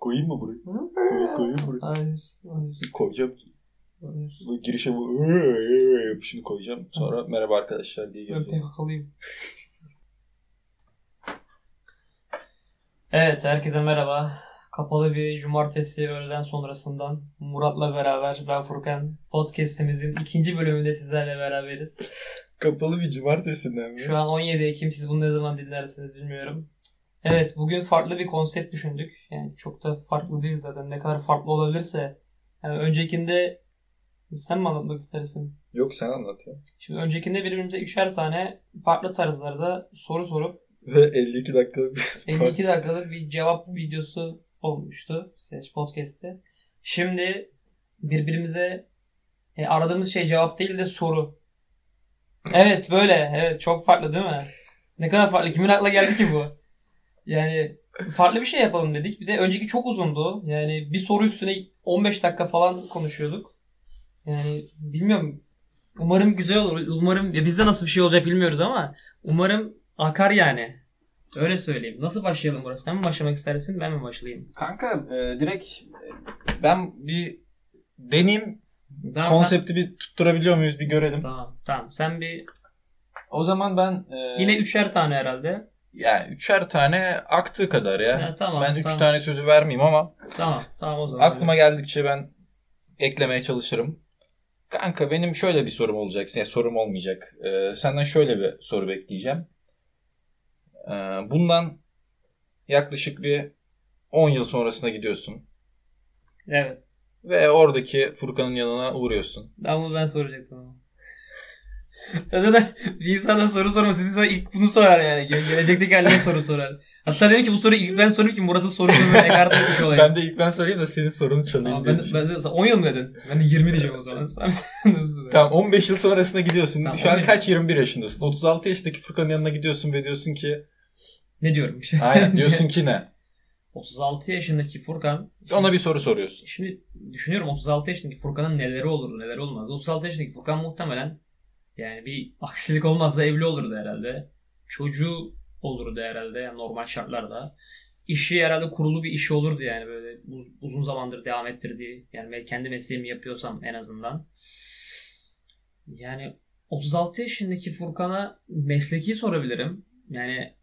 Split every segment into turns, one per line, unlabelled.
Koyayım mı burayı? Koyayım burayı.
Hayır, hayır,
Koyacağım.
hayır.
Bu girişe bu "Ee, ee" yapışını koyacağım. Sonra merhaba arkadaşlar diye
Ben
geleceğiz.
PKK'lıyım. Evet, herkese merhaba. Kapalı bir cumartesi öğleden sonrasından Murat'la beraber ben Furkan podcast'imizin ikinci bölümünde sizlerle beraberiz.
Kapalı bir cumartesinden mi?
Şu an 17 Ekim siz bunu ne zaman dinlersiniz bilmiyorum. Evet bugün farklı bir konsept düşündük. Yani çok da farklı değil zaten ne kadar farklı olabilirse. Yani öncekinde sen mi anlatmak istersin?
Yok sen anlat ya.
Şimdi öncekinde birbirimize üçer tane farklı tarzlarda soru sorup
Ve 52 dakikalık bir
52 dakikalık bir cevap videosu olmuştu Seç Podcast'te. Şimdi birbirimize e, aradığımız şey cevap değil de soru. Evet böyle. Evet çok farklı değil mi? Ne kadar farklı. Kimin akla geldi ki bu? Yani farklı bir şey yapalım dedik. Bir de önceki çok uzundu. Yani bir soru üstüne 15 dakika falan konuşuyorduk. Yani bilmiyorum. Umarım güzel olur. Umarım ya bizde nasıl bir şey olacak bilmiyoruz ama umarım akar yani. Öyle söyleyeyim. Nasıl başlayalım burası? Sen mi başlamak istersin? Ben mi başlayayım?
Kanka e, direkt e, ben bir deneyim
Tamam,
konsepti bir tutturabiliyor muyuz bir
Sen...
görelim.
Tamam. Tamam. Sen bir
O zaman ben e,
yine üçer tane herhalde.
yani üçer tane aktığı kadar ya.
Ya, tamam.
ben üç
tamam,
tane sözü vermeyeyim ama
Tamam. Tamam o zaman.
aklıma geldikçe ben eklemeye çalışırım. Kanka benim şöyle bir sorum olacak. Ya, sorum olmayacak. E, senden şöyle bir soru bekleyeceğim. E, bundan yaklaşık bir 10 yıl sonrasına gidiyorsun.
Evet.
Ve oradaki Furkan'ın yanına uğruyorsun.
Ama ben soracaktım ama. Zaten bir insana soru sorması insan ilk bunu sorar yani. Ge- Gelecekteki haline soru sorar. Hatta dedim ki bu soruyu ilk ben sorayım ki Murat'ın sorusunu ekarte etmiş şey olayım.
Ben de ilk ben sorayım da senin sorunu çalayım
Tamam,
diye
ben, de-
düşündüm.
ben de, sen 10 yıl mı dedin? Ben de 20 diyeceğim o zaman. Sen nasıl?
Tamam 15 yıl sonrasına gidiyorsun.
Tamam,
Şu an
15.
kaç 21 yaşındasın? 36 yaşındaki Furkan'ın yanına gidiyorsun ve diyorsun ki
Ne diyorum işte.
aynen diyorsun ki ne?
36 yaşındaki Furkan
Ona bir soru soruyorsun.
Şimdi düşünüyorum 36 yaşındaki Furkan'ın neleri olurdu neleri olmazdı. 36 yaşındaki Furkan muhtemelen yani bir aksilik olmazsa evli olurdu herhalde. Çocuğu olurdu herhalde yani normal şartlarda. İşi herhalde kurulu bir işi olurdu yani böyle uz- uzun zamandır devam ettirdiği. Yani ben kendi mesleğimi yapıyorsam en azından. Yani 36 yaşındaki Furkan'a mesleki sorabilirim. Yani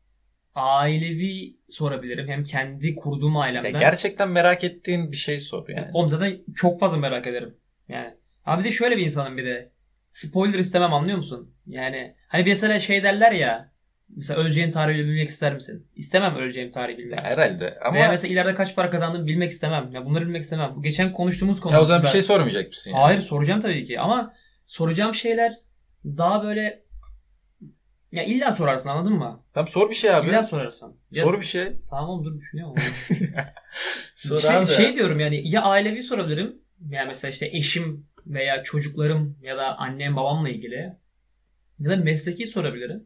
ailevi sorabilirim. Hem kendi kurduğum
Ya
ailemden.
gerçekten merak ettiğin bir şey sor yani.
Oğlum zaten çok fazla merak ederim. Yani. Abi de şöyle bir insanım bir de. Spoiler istemem anlıyor musun? Yani hani mesela şey derler ya. Mesela öleceğin tarihi bilmek ister misin? İstemem öleceğim tarihi bilmek.
Ya herhalde ama
Veya
ya,
mesela ileride kaç para kazandığımı bilmek istemem. Ya bunları bilmek istemem. Bu geçen konuştuğumuz konu.
o zaman bir
aslında.
şey sormayacak mısın yani?
Hayır soracağım tabii ki ama soracağım şeyler daha böyle ya illa sorarsın anladın mı?
Tamam sor bir şey abi.
İlla sorarsın. Ya,
Sor bir şey.
Tamam oğlum, dur düşünüyorum. oğlum.
Sor
şey,
abi.
şey diyorum yani ya ailevi sorabilirim. Yani mesela işte eşim veya çocuklarım ya da annem babamla ilgili. Ya da mesleki sorabilirim.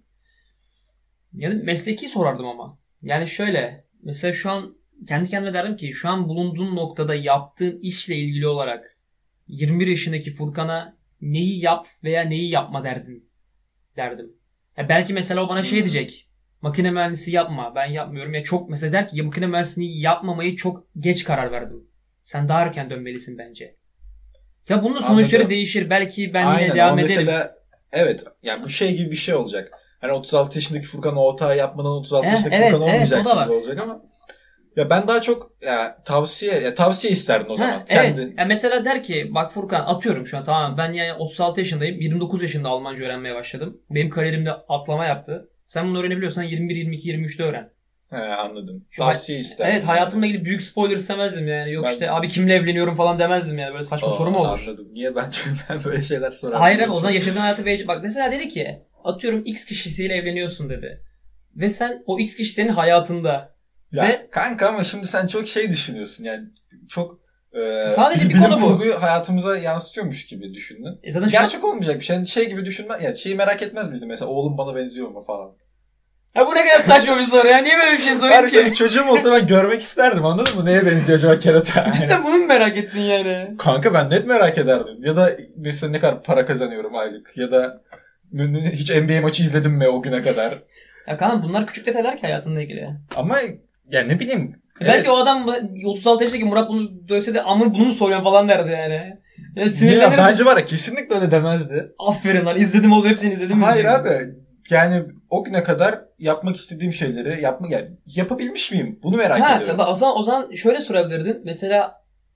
Ya da mesleki sorardım ama. Yani şöyle mesela şu an kendi kendime derdim ki şu an bulunduğun noktada yaptığın işle ilgili olarak 21 yaşındaki Furkan'a neyi yap veya neyi yapma derdin derdim. Ya belki mesela o bana şey
Hmm.
diyecek. Makine mühendisi yapma. Ben yapmıyorum. Ya çok mesela der ki ya makine mühendisliği yapmamayı çok geç karar verdim. Sen daha erken dönmelisin bence. Ya bunun da sonuçları
Anladım.
değişir. Belki ben
Aynen,
yine
o
devam ederim.
Mesela, evet yani bu şey gibi bir şey olacak. Hani 36 yaşındaki Furkan o hatayı yapmadan 36
Eh,
yaşındaki
evet,
Furkan
evet,
olmayacak
o da var.
gibi olacak ama ya ben daha çok ya, tavsiye ya, tavsiye isterdim o
Ha,
zaman.
evet.
Kendi-
Ya mesela der ki bak Furkan atıyorum şu an tamam ben yani 36 yaşındayım. 29 yaşında Almanca öğrenmeye başladım. Benim kariyerimde atlama yaptı. Sen bunu öğrenebiliyorsan 21, 22, 23'te öğren.
He, anladım.
Şu
Tavsiye isterdim.
Evet hayatımla ilgili büyük spoiler istemezdim yani. Yok
Ben-
işte abi kimle evleniyorum falan demezdim yani. Böyle saçma
Aa,
soru mu olur?
Anladım. Niye ben, çünkü ben böyle şeyler sorarım.
Hayır abi o zaman yaşadığın hayatı ve bak mesela dedi ki atıyorum X kişisiyle evleniyorsun dedi. Ve sen o X kişi senin hayatında.
Ya,
ve-
Kanka ama şimdi sen çok şey düşünüyorsun yani. Çok e,
Sadece bir
bilim
konu bu.
kurguyu hayatımıza yansıtıyormuş gibi düşündün.
E zaten şu an-
Gerçek olmayacak bir şey. Yani şey gibi düşünme. Yani şeyi merak etmez miydin mesela oğlum bana benziyor mu falan.
Ya bu ne kadar saçma bir soru ya. Niye böyle bir şey sorayım
Her
ki?
şey çocuğum olsa ben görmek isterdim anladın mı? Neye benziyor acaba kerata?
Cidden bunu mu merak ettin yani?
Kanka ben net merak ederdim. Ya da mesela ne kadar para kazanıyorum aylık. Ya da hiç NBA maçı izledim mi o güne kadar?
Ya kanka bunlar küçük detaylar ki hayatınla ilgili.
Ama yani ne bileyim.
Belki o adam 36 yaşındaki Murat bunu dövse de amın bunu mu soruyorsun falan derdi yani. Ya
Ya
sinirlenir.
bence var ya kesinlikle öyle demezdi.
Aferin lan izledim oğlum hepsini izledim.
Hayır
izledim.
abi. Yani o güne kadar yapmak istediğim şeyleri yapma, yani yapabilmiş miyim? Bunu merak ediyorum.
Ha, o zaman, o zaman şöyle sorabilirdin. Mesela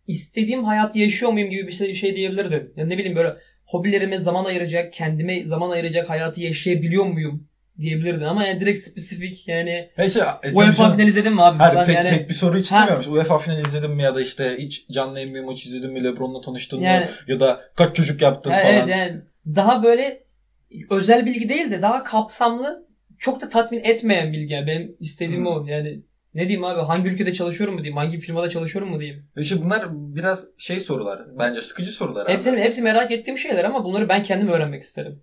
istediğim hayatı yaşıyor muyum gibi bir şey, şey diyebilirdin. Ya ne bileyim böyle hobilerime zaman ayıracak, kendime zaman ayıracak hayatı yaşayabiliyor muyum diyebilirdin. Ama yani direkt spesifik yani
Her şey,
UEFA E finali izledin mi abi
Hayır,
falan
tek,
yani.
tek bir soru hiç
Ha.
demiyormuş. UEFA finali izledin mi ya da işte hiç canlı NBA maçı izledin mi? Lebron'la tanıştın
Yani-
mı? Ya da kaç çocuk yaptın
Ha,
falan.
evet, yani daha böyle özel bilgi değil de daha kapsamlı çok da tatmin etmeyen bilgi. Yani benim istediğim
Hmm.
o. Yani ne diyeyim abi hangi ülkede çalışıyorum mu diyeyim, hangi firmada çalışıyorum mu diyeyim.
İşte bunlar biraz şey sorular. Bence sıkıcı sorular. abi.
Hepsini, hepsi merak ettiğim şeyler ama bunları ben kendim öğrenmek isterim.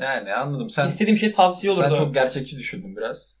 Yani anladım. Sen
İstediğim şey tavsiye olurdu.
sen çok gerçekçi düşündün biraz.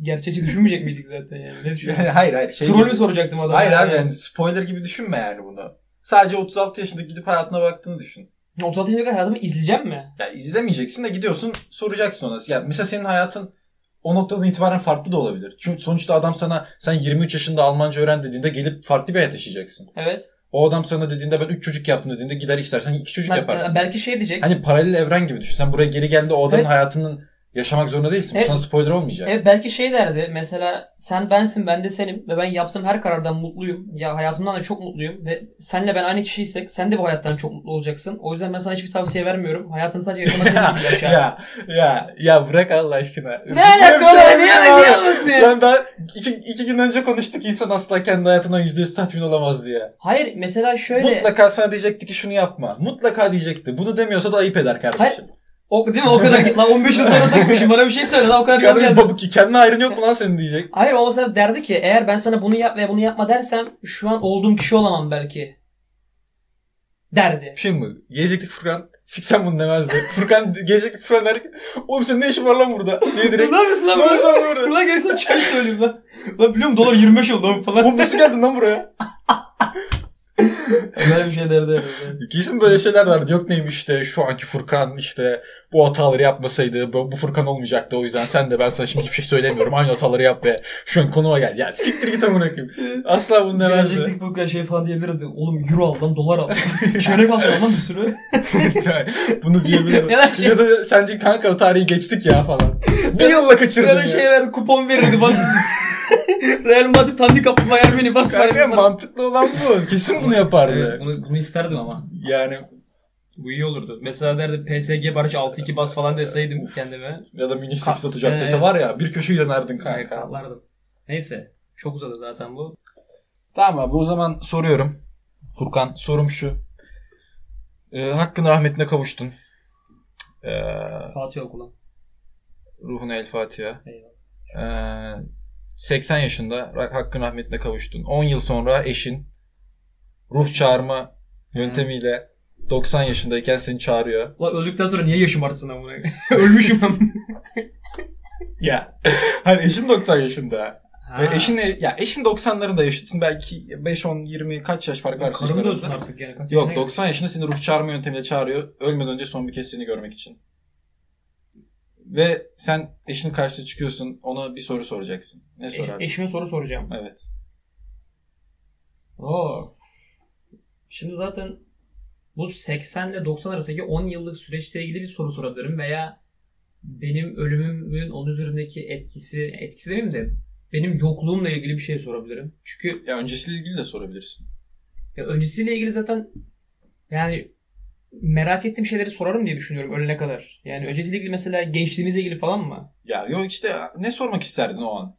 Gerçekçi düşünmeyecek miydik zaten yani? Ne düşünüyorsun?
Yani hayır hayır. Şey
Troll
gibi-
mü soracaktım adama?
Hayır abi
Yani.
yani spoiler gibi düşünme yani bunu. Sadece 36 yaşında gidip hayatına baktığını düşün.
36 yaşında kadar hayatımı izleyeceğim mi?
Ya izlemeyeceksin de gidiyorsun soracaksın ona. Ya mesela senin hayatın o noktadan itibaren farklı da olabilir. Çünkü sonuçta adam sana sen 23 yaşında Almanca öğren dediğinde gelip farklı bir hayat yaşayacaksın.
Evet.
O adam sana dediğinde ben 3 çocuk yaptım dediğinde gider istersen 2 çocuk
Ben-
yaparsın.
Belki şey diyecek.
Hani paralel evren gibi düşün. Sen buraya geri geldiğinde o adamın
Evet.
hayatının yaşamak zorunda değilsin. Bu
Evet.
sana spoiler olmayacak.
Evet, belki şey derdi. Mesela sen bensin, ben de senim ve ben yaptığım her karardan mutluyum. Ya hayatımdan da çok mutluyum ve senle ben aynı kişiysek sen de bu hayattan çok mutlu olacaksın. O yüzden ben sana hiçbir tavsiye vermiyorum. Hayatını sadece yaşamak senin gibi yaşa.
Ya ya ya bırak Allah aşkına. şey
Ne alaka oğlum? Niye
Abi.
niye musun?
Ben daha iki, iki gün önce konuştuk insan asla kendi hayatından %100 tatmin olamaz diye.
Hayır mesela şöyle.
Mutlaka sana diyecekti ki şunu yapma. Mutlaka diyecekti. Bunu demiyorsa da ayıp eder kardeşim.
O, değil mi? O kadar. lan 15 yıl sonra sakmışım. Bana bir şey söyle lan o kadar.
Kardeşim babuk ki kendine ayrın yok mu lan senin diyecek.
Hayır o mesela derdi ki eğer ben sana bunu yap ve bunu yapma dersem şu an olduğum kişi olamam belki. Derdi.
Bir şey mi? Gelecektik Furkan. Siksen bunu demezdi. Furkan gelecektik Furkan der ki oğlum senin ne işin var lan burada? Diye direkt.
Ulan mısın
Ne yapıyorsun lan burada?
Ulan gelsin çay söyleyeyim lan. Lan biliyorum dolar 25 oldu abi falan.
Oğlum nasıl geldin lan buraya?
Böyle bir şey derdi herhalde.
Kesin böyle şeyler vardı. Yok neymiş işte şu anki Furkan işte bu hataları yapmasaydı bu, bu Furkan olmayacaktı. O yüzden sen de ben sana şimdi hiçbir şey söylemiyorum. Aynı hataları yap ve şu an konuma gel. Ya siktir git amına koyayım. Asla bunu demezdi.
Gelecektik bu kadar şey falan diyebilirdi. Oğlum euro al lan dolar al. Çörek al lan bir sürü.
Bunu diyebilirim.
Ya
ya,
da şey-
da sence kanka o tarihi geçtik ya falan. Bir yılla kaçırdın
Böyle
ya.
şey verdi kupon verirdi bak. Real Madrid handikapı Bayern Münih bas
Kanka
Bayern Münih.
mantıklı olan bu. Kesin bunu yapardı.
Evet, bunu, bunu isterdim ama.
Yani
Bu iyi olurdu. Mesela derdi PSG Barış 6-2 bas falan deseydim kendime.
ya da Münih
Ka-
8 atacak dese
Evet.
var ya bir köşeyi yanardın kanka.
Kaykalardım. Neyse. Çok uzadı zaten bu.
Tamam abi o zaman soruyorum. Furkan sorum şu. Ee, hakkın rahmetine kavuştun. Ee,
Fatih okulan.
ruhuna el Fatiha. Ee, 80 yaşında Ra- hakkın rahmetine kavuştun. 10 yıl sonra eşin ruh çağırma yöntemiyle 90 yaşındayken seni çağırıyor.
Ulan öldükten sonra niye yaşım artsın amına? Ölmüşüm ben.
Ya. hani eşin 90 yaşında.
Ha.
Ve eşin ya eşin 90'larında yaşıtsın belki 5 10 20 kaç yaş fark var
Karım da ölsün artık yani. Kaç yaşına
Yok
geldi?
90 yaşında seni ruh çağırma yöntemiyle çağırıyor. Ölmeden önce son bir kez seni görmek için. Ve sen eşinin karşısına çıkıyorsun. Ona bir soru soracaksın. Ne
Eş-
sorar?
eşime soru soracağım.
Evet.
Oo. Şimdi zaten bu 80 ile 90 arasındaki 10 yıllık süreçle ilgili bir soru sorabilirim veya benim ölümümün onun üzerindeki etkisi, etkisi demeyeyim de benim yokluğumla ilgili bir şey sorabilirim. Çünkü
Ya öncesiyle ilgili de sorabilirsin.
ya öncesiyle ilgili zaten yani merak ettiğim şeyleri sorarım diye düşünüyorum ölene kadar. Yani öncesiyle ilgili mesela gençliğimizle ilgili falan mı?
Ya yok işte ne sormak isterdin o an?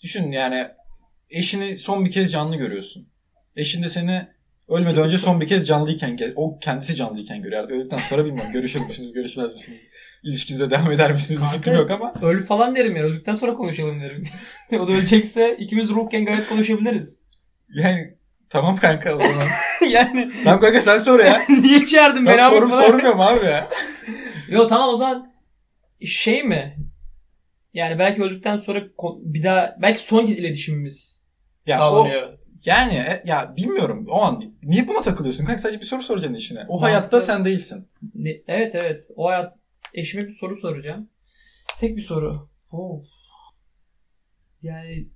Düşün yani eşini son bir kez canlı görüyorsun. Eşin de seni ölmeden önce son bir kez canlıyken ge- o kendisi canlıyken görüyor. Artık öldükten sonra bilmem görüşür müsünüz, görüşmez misiniz? İlişkinize devam eder misiniz? Bir fikrim
Kanka-
yok ama
Öl falan derim yani öldükten sonra konuşalım derim. o da ölecekse ikimiz ruhken gayet konuşabiliriz.
yani tamam kanka o zaman.
yani
Tamam kanka sen sor ya.
niye çağırdın beni
Ben
abi
sorum
falan?
sormuyorum abi ya.
Yo tamam o zaman şey mi? Yani belki öldükten sonra ko- bir daha belki son kez iletişimimiz
ya o,
sağlanıyor.
yani e, ya bilmiyorum o an niye buna takılıyorsun kanka sadece bir soru soracaksın işine. O hayatta
Mantıklı.
sen değilsin.
Ne- Evet evet. O hayat eşime bir soru soracağım. Tek bir soru. Of. Yani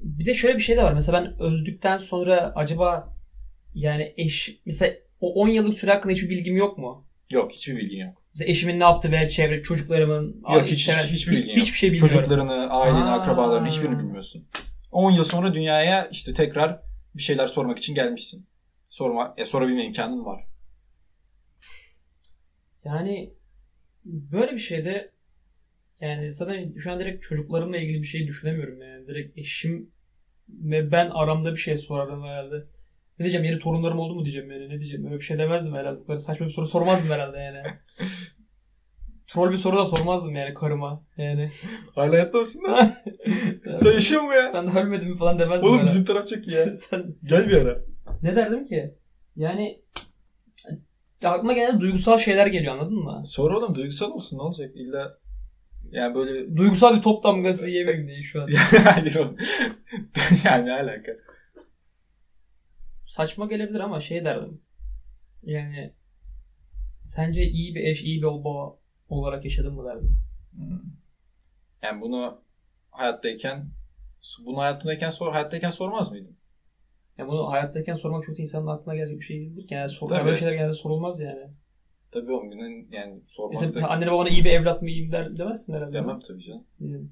bir de şöyle bir şey de var. Mesela ben öldükten sonra acaba yani eş mesela o 10 yıllık süre hakkında hiçbir bilgim yok mu?
Yok hiçbir bilgin yok.
Mesela eşimin ne yaptı veya çevre çocuklarımın
Yok, hiç-
çevre-
hiçbir bilgin yok.
Hiçbir şey bilmiyorum.
Çocuklarını, aileni,
Aa.
akrabalarını hiçbirini bilmiyorsun. 10 yıl sonra dünyaya işte tekrar bir şeyler sormak için gelmişsin. Sorma, ya sorabilme imkanın var.
Yani böyle bir şeyde yani zaten şu an direkt çocuklarımla ilgili bir şey düşünemiyorum yani. Direkt eşim ve ben aramda bir şey sorarım herhalde. Ne diyeceğim yeni torunlarım oldu mu diyeceğim yani ne diyeceğim öyle bir şey demezdim herhalde. Bu kadar saçma bir soru sormazdım herhalde yani. Troll bir soru da sormazdım yani karıma yani.
Hala hayatta mısın lan? Sen yaşıyor mu ya?
Sen de ölmedin mi falan demezdim
Oğlum
herhalde.
bizim taraf çok iyi ya.
Sen,
Gel bir ara.
ne derdim ki? Yani ya aklıma genelde duygusal şeyler geliyor anladın mı?
Sor oğlum duygusal olsun ne olacak? İlla yani böyle
Duygusal bir top damgası yemeyeyim diye şu an.
Hayır oğlum. yani ne alaka?
saçma gelebilir ama şey derdim. Yani sence iyi bir eş, iyi bir baba olarak yaşadın mı derdim.
Hmm. Yani bunu hayattayken bunu hayattayken sor hayattayken sormaz mıydın?
Yani bunu hayattayken sormak çok da insanın aklına gelecek bir şey değildir ki. Yani sor,
Tabii.
böyle şeyler genelde sorulmaz yani.
Tabii oğlum bunun yani sormak
Mesela
da
annene babana iyi bir evlat mı iyiyim der, demezsin herhalde.
demem tabii canım.
Yani.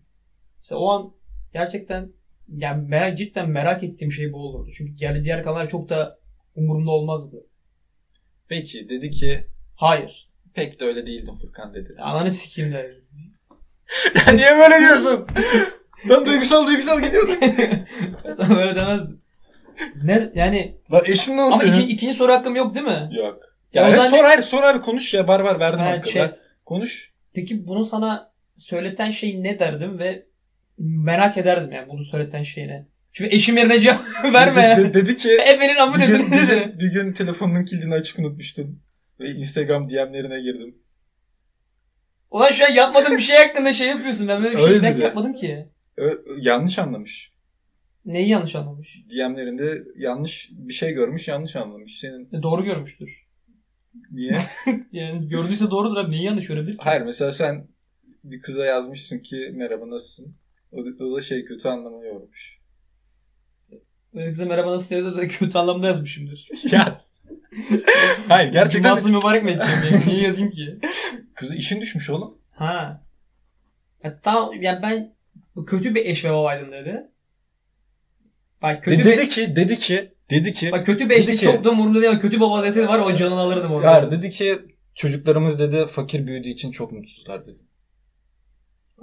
Mesela o an gerçekten yani merak, cidden merak ettiğim şey bu olurdu. Çünkü yani diğer kanallar çok da umurumda olmazdı.
Peki dedi ki
Hayır.
pek de öyle değildim Furkan dedi.
Ananı sikeyim derdim.
Ya niye böyle diyorsun? ben duygusal duygusal gidiyordum.
Böyle demezdim. Ne, yani
Lan eşin ne
ama iki, ikinci soru hakkım yok değil mi?
Yok.
Ya
Ya,
o
evet,
zaman-
sor hayır sor hayır konuş ya barbar verdim
Ha,
hakkı.
chat.
Ver. Konuş.
Peki bunu sana söyleten şey ne derdim ve merak ederdim yani bunu söyleten şey ne? Şimdi eşim yerine cevap verme ya.
Dedi, dedi ki
Efe'nin amı
bir
dedin
gün, bir,
dedi.
gün, bir gün telefonunun kilidini açık unutmuştun. Ve Instagram DM'lerine girdim.
Ulan şu an yapmadığın bir şey hakkında şey yapıyorsun. Ben böyle bir
Öyle
şey
dedi.
belki yapmadım ki.
Ö- yanlış anlamış.
Neyi yanlış anlamış?
DM'lerinde yanlış bir şey görmüş, yanlış anlamış. Senin
E, doğru görmüştür.
niye?
Yani gördüyse doğrudur abi. Neyi yanlış görebilir ki?
Hayır mesela sen bir kıza yazmışsın ki merhaba nasılsın? O, da- o da şey kötü anlamı yormuş.
Böyle kıza merhaba nasıl yazar da kötü anlamda yazmışımdır.
Yaz. Hayır gerçekten
Cuması mübarek mi edeceğim yani? Niye yazayım ki?
kızı işin düşmüş oğlum.
Ha. Ya, tam, yani ben bu kötü bir eş ve babaydım dedi. Bak kötü
De-
bir
E dedi ki dedi ki dedi ki
Bak kötü beşlik
Dedi ki-
çok da umurumda değil ama kötü baba deseydi var ya o canını alırdım orada.
Hayır dedi ki çocuklarımız dedi fakir büyüdüğü için çok mutsuzlar dedi.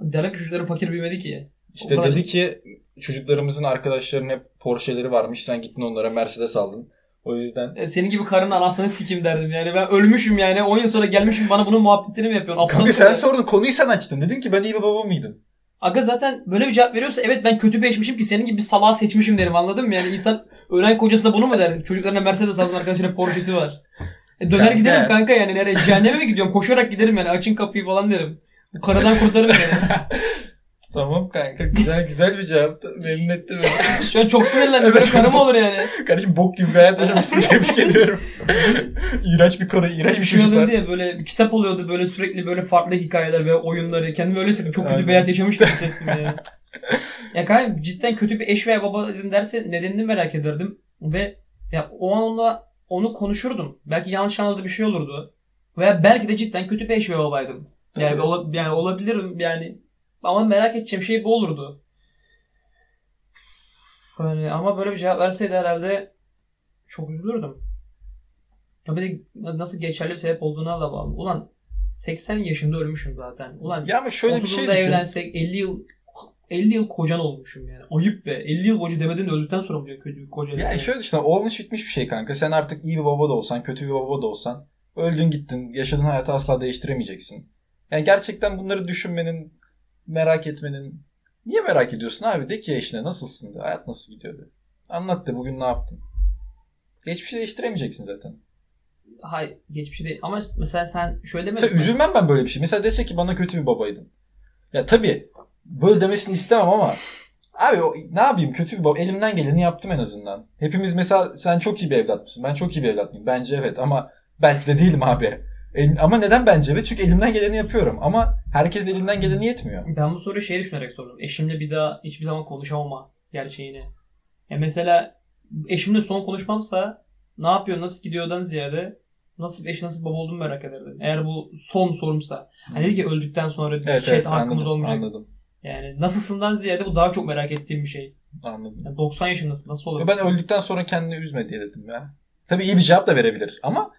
Demek ki çocukların fakir büyümedi ki.
İşte
O kadar-
dedi ki çocuklarımızın arkadaşlarının hep Porsche'leri varmış. Sen gittin onlara Mercedes aldın. O yüzden
E, Senin gibi karının anasını sikim derdim yani. Ben ölmüşüm yani. 10 yıl sonra gelmişim bana bunun muhabbetini mi yapıyorsun? Aptal
Kanka
kadar.
sen sordun konuyu sen açtın. Dedin ki ben iyi bir baba mıydım?
Aga zaten böyle bir cevap veriyorsa evet ben kötü bir eşmişim ki senin gibi bir salağı seçmişim derim anladın mı? Yani insan ölen kocası da bunu mu der? Çocuklarına Mercedes alsın arkadaşına Porsche'si var. E, döner
Kanka.
giderim kanka yani nereye? Cehenneme mi gidiyorum? Koşarak giderim yani açın kapıyı falan derim. Bu karadan kurtarırım yani.
Tamam kanka güzel güzel bir cevap. Memnun etti beni.
Şu an çok sinirlendim. Böyle
Evet.
karı mı olur yani?
Kardeşim bok gibi bir hayat yaşamışsın tebrik ediyorum. iğrenç bir konu, iğrenç
Böyle
bir
bir şey
çocuklar.
oluyordu ya böyle bir kitap oluyordu böyle sürekli böyle farklı hikayeler ve oyunları. Kendimi öyle hissettim. Çok kötü
Aynen.
bir hayat yaşamış gibi hissettim yani. ya kanka cidden kötü bir eş veya baba dedim derse nedenini merak ederdim. Ve ya o an onunla onu konuşurdum. Belki yanlış anladığı bir şey olurdu. Veya belki de cidden kötü bir eş ve babaydım. Yani,
Tabii.
ola, yani olabilirim yani. Ama merak edeceğim şey bu olurdu. Yani ama böyle bir cevap verseydi herhalde çok üzülürdüm. Ya bir de nasıl geçerli bir sebep olduğuna da bağlı. Ulan 80 yaşında ölmüşüm zaten. Ulan
Ya ama şöyle bir
30'unda
şey düşün.
evlensek 50 yıl 50 yıl kocan olmuşum yani. Ayıp be. 50 yıl boyunca demedin de öldükten sonra mı diyor kötü bir koca?
Ya şöyle düşün. Olmuş bitmiş bir şey kanka. Sen artık iyi bir baba da olsan, kötü bir baba da olsan. Öldün gittin. Yaşadığın hayatı asla değiştiremeyeceksin. Yani gerçekten bunları düşünmenin, merak etmenin. Niye merak ediyorsun abi? De ki eşine nasılsın de. Hayat nasıl gidiyor de. Anlat de bugün ne yaptın. Hiçbir şey değiştiremeyeceksin zaten.
Hayır geçmişi değil. Ama mesela sen şöyle demedin
Mesela
mi?
üzülmem ben böyle bir şey. Mesela dese ki bana kötü bir babaydın. Ya tabii böyle demesini istemem ama abi o, ne yapayım kötü bir baba elimden geleni yaptım en azından. Hepimiz mesela sen çok iyi bir evlat mısın? Ben çok iyi bir evlat mıyım? Bence evet ama belki de değilim abi. E, ama neden bence be? Çünkü elimden geleni yapıyorum. Ama herkesin elinden geleni yetmiyor.
Ben bu soruyu şey düşünerek sordum. Eşimle bir daha hiçbir zaman konuşamama gerçeğini. Ya mesela eşimle son konuşmamsa ne yapıyor, nasıl gidiyordan ziyade nasıl eş nasıl baba olduğumu merak ederdim. Eğer bu son sorumsa. Hani dedi ki öldükten sonra bir şey hakkımız
anladım,
olmayacak.
Anladım.
Yani nasılsından ziyade bu daha çok merak ettiğim bir şey.
anladım.
Yani 90 yaşındasın nasıl olur?
Ya Ben öldükten sonra kendini üzme diye dedim ya. Tabii iyi bir cevap da verebilir ama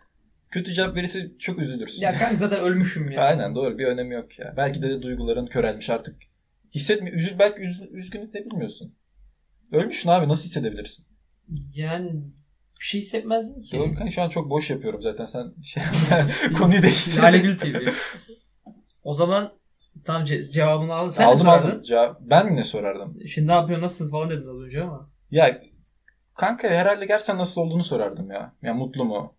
kötü cevap verirse çok üzülürsün.
Ya kanka zaten ölmüşüm ya.
Aynen doğru bir önemi yok ya. Belki de duyguların körelmiş artık. Hissetmi üzül belki üz- üzgünlük de bilmiyorsun. Ölmüşsün abi nasıl hissedebilirsin?
Yani bir şey hissetmezdim ki.
Doğru kanka şu an çok boş yapıyorum zaten sen şey konuyu değiştir.
Lale Gül TV. O zaman tam ce- cevabını aldın. Sen
aldım
ne sorardın?
aldım. Cevap, ben mi ne sorardım?
Şimdi ne yapıyor, nasılsın falan dedin az önce ama.
Ya kanka herhalde gerçekten nasıl olduğunu sorardım ya. Ya mutlu mu?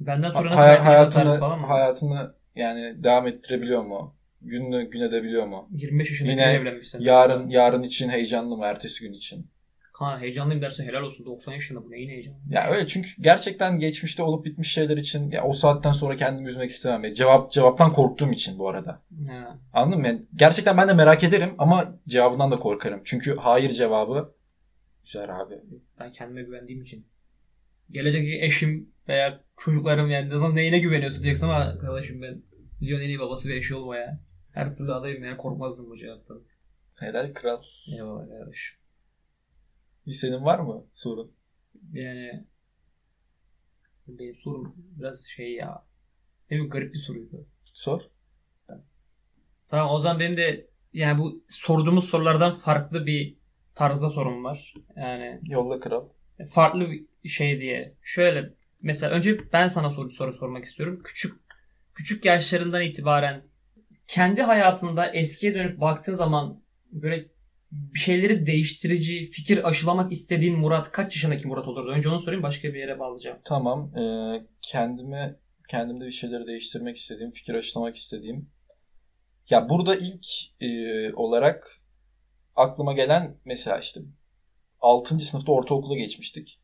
Benden sonra
Ha-
nasıl
hay-
hayatını,
hayatını,
falan mı?
hayatını yani devam ettirebiliyor mu? Gününü gün edebiliyor mu?
25 yaşında
Yine
Yine evlenmişsin.
Yarın yarın için heyecanlı mı? Ertesi gün için.
Kaan heyecanlıyım derse helal olsun. 90 yaşında bu neyin heyecanı?
Ya öyle çünkü gerçekten geçmişte olup bitmiş şeyler için ya o saatten sonra kendimi üzmek istemem. Ya Cevap cevaptan korktuğum için bu arada.
Ha.
Anladın mı? Yani gerçekten ben de merak ederim ama cevabından da korkarım. Çünkü hayır cevabı güzel abi.
Ben kendime güvendiğim için. Gelecek eşim veya çocuklarım yani ne zaman neyine güveniyorsun diyeceksin ama arkadaşım ben milyon en iyi babası ve eşi olmaya her türlü adayım yani korkmazdım bu cevaptan.
Helal kral.
Eyvallah kardeşim.
Senin var mı sorun?
Yani benim sorum biraz şey ya. Ne bileyim garip bir soruydu.
Sor.
Tamam o zaman benim de yani bu sorduğumuz sorulardan farklı bir tarzda sorum var. Yani
Yolla kral.
farklı bir şey diye. Şöyle mesela önce ben sana soru, soru sormak istiyorum. Küçük küçük yaşlarından itibaren kendi hayatında eskiye dönüp baktığın zaman böyle bir şeyleri değiştirici, fikir aşılamak istediğin Murat kaç yaşındaki Murat olurdu? Önce onu sorayım başka bir yere bağlayacağım.
Tamam. Ee, kendime kendimde bir şeyleri değiştirmek istediğim, fikir aşılamak istediğim. Ya burada ilk e, olarak aklıma gelen mesela işte 6. sınıfta ortaokula geçmiştik.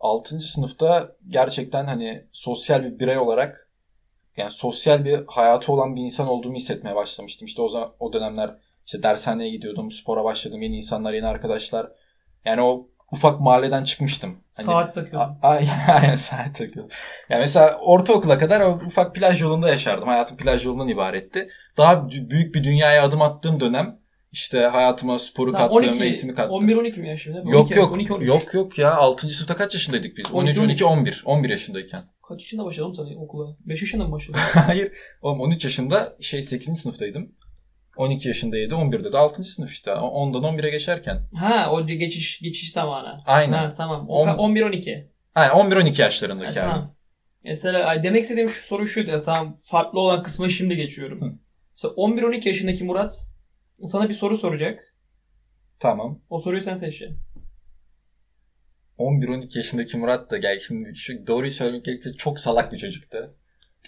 6. sınıfta gerçekten hani sosyal bir birey olarak yani sosyal bir hayatı olan bir insan olduğumu hissetmeye başlamıştım. İşte o, za- o dönemler işte dershaneye gidiyordum, spora başladım, yeni insanlar, yeni arkadaşlar. Yani o ufak mahalleden çıkmıştım. Hani-
Saat takıyorum.
A- Aynen, aynen saat takıyordum. Yani mesela ortaokula kadar o ufak plaj yolunda yaşardım. Hayatım plaj yolundan ibaretti. Daha dü- büyük bir dünyaya adım attığım dönem işte hayatıma sporu
Tamam,
kattım, eğitimi kattım.
11-12 mi yaşında?
yok yok
12, 13.
yok yok ya 6. sınıfta kaç yaşındaydık biz? 13 12 11 11 yaşındayken.
Kaç yaşında başladın sen okula? 5 yaşında mı başladın?
Hayır. Oğlum 13 yaşında şey 8. sınıftaydım. 12 yaşındaydı. 11'de de 6. sınıf işte. O- 10'dan 11'e geçerken.
ha o geçiş geçiş zamanı.
Aynen.
Ha tamam.
On-
11-12.
Aynen 11 12 yaşlarındaki.
Ha,
abi.
tamam. Mesela ay, demek istediğim şu soru şuydu ya tamam farklı olan kısma şimdi geçiyorum.
Hı.
Mesela 11-12 yaşındaki Murat sana bir soru soracak.
Tamam.
O soruyu sen seçeceksin.
11-12 yaşındaki Murat da gel şimdi şu doğruyu söylemek gerekirse çok salak bir çocuktu.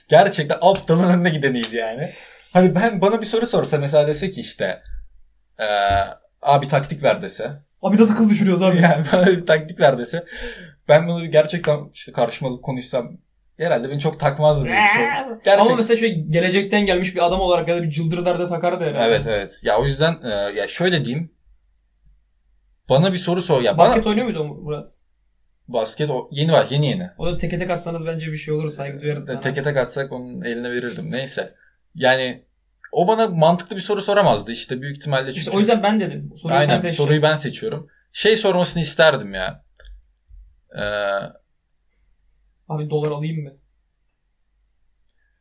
Gerçekten aptalın önüne gideniydi yani. Hani ben bana bir soru sorsa mesela dese ki işte eee, abi taktik ver dese.
Abi nasıl kız düşürüyoruz
Yani bana bir taktik ver dese. Ben bunu gerçekten işte karşıma alıp konuşsam herhalde beni çok takmazdı diye düşünüyorum.
Ama
Gerçekten.
mesela şöyle gelecekten gelmiş bir adam olarak ya da bir cıldır derde takardı herhalde.
Evet evet. Ya o yüzden eee, ya şöyle diyeyim. Bana bir soru sor. Ya
Basket
bana
oynuyor muydu o Murat?
basket o- yeni var yeni yeni.
O da teke tek atsanız bence bir şey olur saygı duyarız sana.
Teke tek atsak onun eline verirdim. Neyse. Yani o bana mantıklı bir soru soramazdı işte büyük ihtimalle çünkü.
İşte o yüzden ben dedim. Soruyu sen
Aynen
seçeceksin.
soruyu ben seçiyorum. Şey sormasını isterdim ya. Ee,
Abi dolar alayım mı?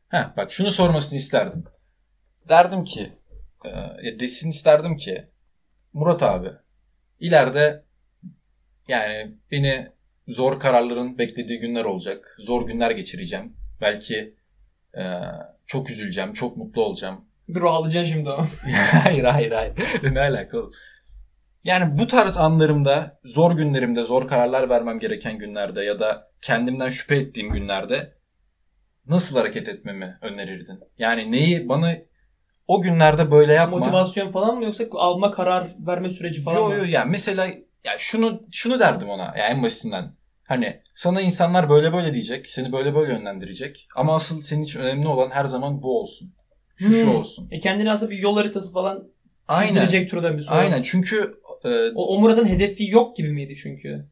heh, bak şunu sormasını isterdim. Derdim ki e, ya desin isterdim ki Murat abi ileride yani beni zor kararların beklediği günler olacak. Zor günler geçireceğim. Belki e, çok üzüleceğim, çok mutlu olacağım.
Dur ağlayacaksın şimdi ama.
hayır hayır hayır. ne alaka oğlum? Yani bu tarz anlarımda, zor günlerimde, zor kararlar vermem gereken günlerde ya da kendimden şüphe ettiğim günlerde nasıl hareket etmemi önerirdin? Yani neyi bana o günlerde böyle yapma.
Motivasyon falan mı yoksa alma karar verme süreci falan
Yo
mı?
yo ya mesela ya şunu şunu derdim ona ya en basitinden. Hani sana insanlar böyle böyle diyecek, seni böyle böyle yönlendirecek. Ama asıl senin için önemli olan her zaman bu olsun. Şu şu
Hmm.
olsun.
E kendine aslında bir yol haritası falan
Aynen.
çizdirecek türden bir soru.
Aynen çünkü e,
O, o Murat'ın hedefi yok gibi miydi çünkü?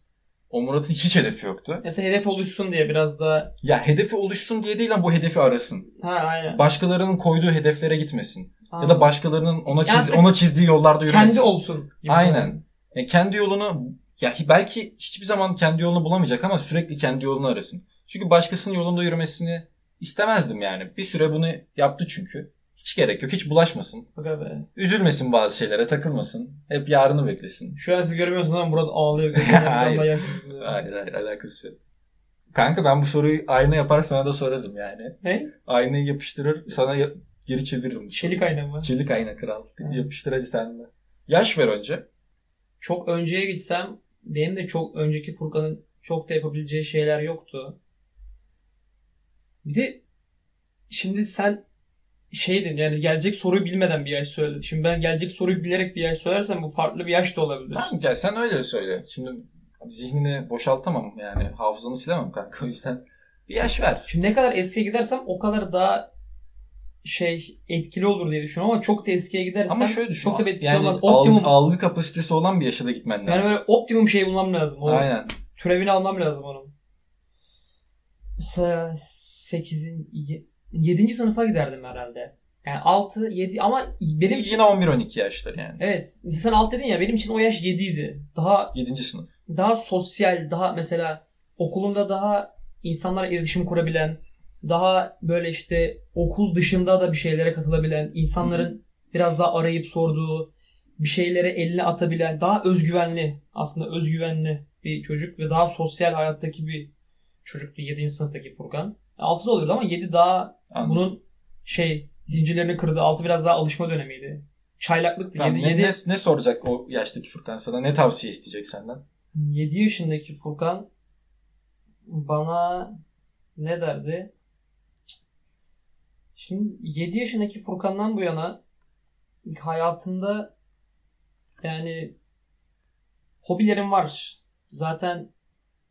o Murat'ın hiç hedefi yoktu.
Mesela hedef oluşsun diye biraz da
Ya hedefi oluşsun diye değil ama bu hedefi arasın.
ha aynen.
Başkalarının koyduğu hedeflere gitmesin. Ya da
Anladım.
başkalarının ona
Ya
çiz-
sen-
ona çizdiği yollarda yürümesin.
kendi olsun. gibi sanırım.
Aynen. E, kendi yolunu ya hi- belki hiçbir zaman kendi yolunu bulamayacak ama sürekli kendi yolunu arasın. Çünkü başkasının yolunda yürümesini istemezdim yani. Bir süre bunu yaptı çünkü. Hiç gerek yok. Hiç bulaşmasın.
Bak abi.
Üzülmesin bazı şeylere, takılmasın. Hep yarını beklesin.
Şu an siz görmüyorsunuz ama Murat ağlıyor. gözlerinden
Hayır.
damla yaş yüzünde.
Hayır hayır alakası yok. Kanka ben bu soruyu ayna yapar sana da sorarım yani.
Ne?
Aynayı yapıştırır sana ya- geri çeviririm. bu soruyu.
Çelik ayna mı?
Çelik ayna kral.
Ha.
Yapıştır hadi sen de. Yaş ver önce.
Çok önceye gitsem benim de çok önceki Furkan'ın çok da yapabileceği şeyler yoktu. Bir de şimdi sen şeydin yani gelecek soruyu bilmeden bir yaş söyledin. Şimdi ben gelecek soruyu bilerek bir yaş söylersem bu farklı bir yaş da olabilir.
Tamam gel sen öyle söyle. Şimdi zihnini boşaltamam yani hafızanı silemem kanka. O yüzden bir yaş ver.
Şimdi ne kadar eskiye gidersem o kadar daha şey etkili olur diye düşünüyorum ama çok da eskiye gidersem
Ama şöyle düşün.
çok da bir etkisi
yani
olmaz.
algı-
Optimum.
algı kapasitesi olan bir yaşa da gitmen
yani
lazım.
böyle optimum şey bulmam lazım. O
Aynen.
Türevini almam lazım onun. Mesela 8'in 7. sınıfa giderdim herhalde. Yani 6 7 ama benim
Benim
için
yine 11-12 yaşları yani.
evet sen 6 dedin ya benim için o yaş 7 idi. Daha
7. sınıf.
daha sosyal, daha mesela okulunda daha insanlarla iletişim kurabilen, daha böyle işte okul dışında da bir şeylere katılabilen, insanların biraz daha arayıp sorduğu, bir şeylere elini atabilen, daha özgüvenli, aslında özgüvenli bir çocuk ve daha sosyal hayattaki bir çocuktu 7. sınıftaki Furkan. 6'da oluyordu ama 7 daha
Anladım.
bunun şey zincirlerini kırdı. 6 biraz daha alışma dönemiydi. Çaylaklıktı.
Tamam,
7
ne, ne, ne soracak o yaştaki Furkan sana? Ne tavsiye isteyecek senden?
7 yaşındaki Furkan bana ne derdi? Şimdi 7 yaşındaki Furkan'dan bu yana ilk hayatımda yani hobilerim var. Zaten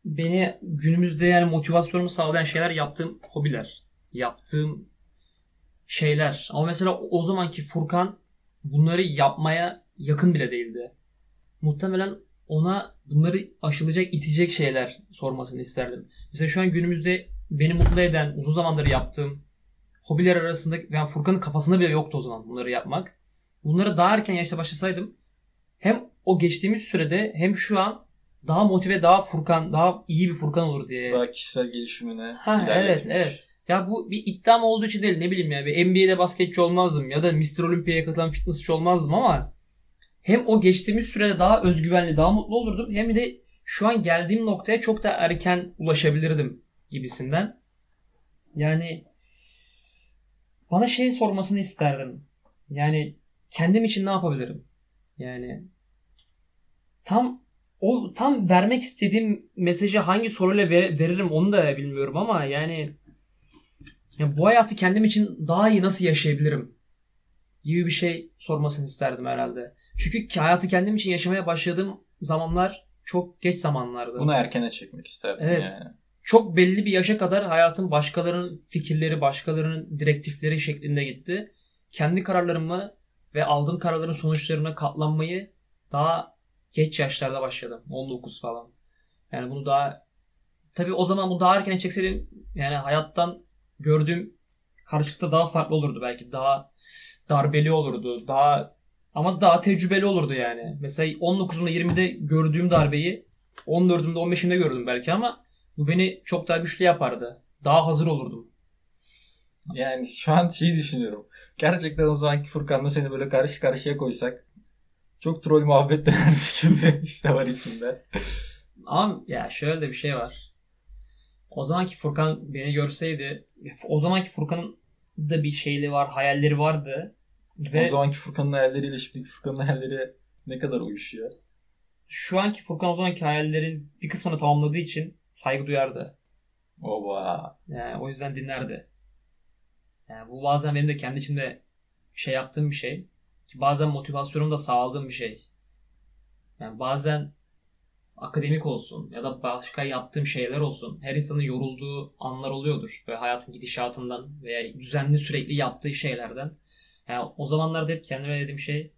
beni günümüzde yani motivasyonumu sağlayan şeyler yaptığım hobiler. Yaptığım şeyler. Ama mesela o zamanki Furkan bunları yapmaya yakın bile değildi. Muhtemelen ona bunları aşılacak, itecek şeyler sormasını isterdim. Mesela şu an günümüzde beni mutlu eden, uzun zamandır yaptığım hobiler arasında yani Furkan'ın kafasında bile yoktu o zaman bunları yapmak. Bunları daha erken yaşta başlasaydım hem o geçtiğimiz sürede hem şu an daha motive, daha Furkan, daha iyi bir Furkan olur diye.
Daha kişisel gelişimine
Ee, Ha,
ilerletmiş.
evet, evet. Ya bu bir iddiam olduğu için değil ne bileyim ya. Bir NBA'de basketçi olmazdım ya da Mr. Olympia'ya katılan fitnessçi olmazdım ama hem o geçtiğimiz sürede daha özgüvenli, daha mutlu olurdum hem de şu an geldiğim noktaya çok da erken ulaşabilirdim gibisinden. Yani bana şey sormasını isterdim. Yani kendim için ne yapabilirim? Yani tam o tam vermek istediğim mesajı hangi soruyla ver- veririm onu da bilmiyorum ama yani ya bu hayatı kendim için daha iyi nasıl yaşayabilirim gibi bir şey sormasını isterdim herhalde. Çünkü ki hayatı kendim için yaşamaya başladığım zamanlar çok geç zamanlardı.
Bunu erkene çekmek isterdim
Evet.
yani.
Çok belli bir yaşa kadar hayatım başkalarının fikirleri, başkalarının direktifleri şeklinde gitti. Kendi kararlarımı ve aldığım kararların sonuçlarına katlanmayı daha geç yaşlarda başladım. 19 falan. Yani bunu daha tabii o zaman bu daha erken çekseydim yani hayattan gördüğüm karşılıkta daha farklı olurdu belki. Daha darbeli olurdu. Daha ama daha tecrübeli olurdu yani. Mesela 19'umda 20'de gördüğüm darbeyi 14'ümde 15'imde gördüm belki ama bu beni çok daha güçlü yapardı. Daha hazır olurdum.
Yani şu an şeyi düşünüyorum. Gerçekten o zamanki Furkan'la seni böyle karşı karşıya koysak çok troll muhabbet dönermiş gibi bir his de var içimde.
Ama ya şöyle de bir şey var. O zamanki Furkan beni görseydi o zamanki Furkan'ın da bir şeyli var, hayalleri vardı. Ve
O zamanki Furkan'ın hayalleriyle şimdiki Furkan'ın hayalleri ne kadar uyuşuyor.
şu anki Furkan o zamanki hayallerin bir kısmını tamamladığı için saygı duyardı.
Oba.
Yani Ee, o yüzden dinlerdi. Yani bu bazen benim de kendi içimde şey yaptığım bir şey. Ki bazen motivasyonumu da sağladığım bir şey. Yani bazen akademik olsun ya da başka yaptığım şeyler olsun. Her insanın yorulduğu anlar oluyordur. Böyle hayatın gidişatından veya düzenli sürekli yaptığı şeylerden. Yani o zamanlarda hep kendime dediğim şey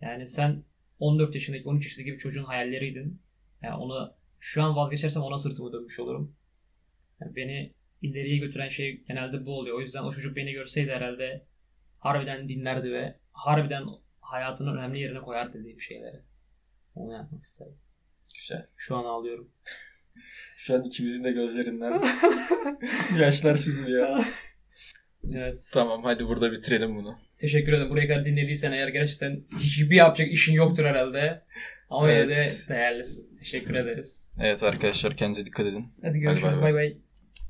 yani sen 14 yaşındaki 13 yaşındaki bir çocuğun hayalleriydin. Yani ona şu an vazgeçersem ona sırtımı dönmüş olurum. Yani beni ileriye götüren şey genelde bu oluyor. O yüzden o çocuk beni görseydi herhalde harbiden dinlerdi ve harbiden hayatının önemli yerine koyar dediğim şeyleri. Onu yapmak isterim.
Güzel.
Şu an ağlıyorum.
Şu an ikimizin de gözlerinden yaşlar süzülüyor.
Evet.
tamam hadi burada bitirelim bunu.
Teşekkür ederim. Buraya kadar dinlediysen eğer gerçekten hiçbir yapacak işin yoktur herhalde. Ama yine de
Evet.
değerlisin. Teşekkür ederiz.
Evet arkadaşlar kendinize dikkat edin.
Hadi görüşürüz.
bay bay.
bay bay.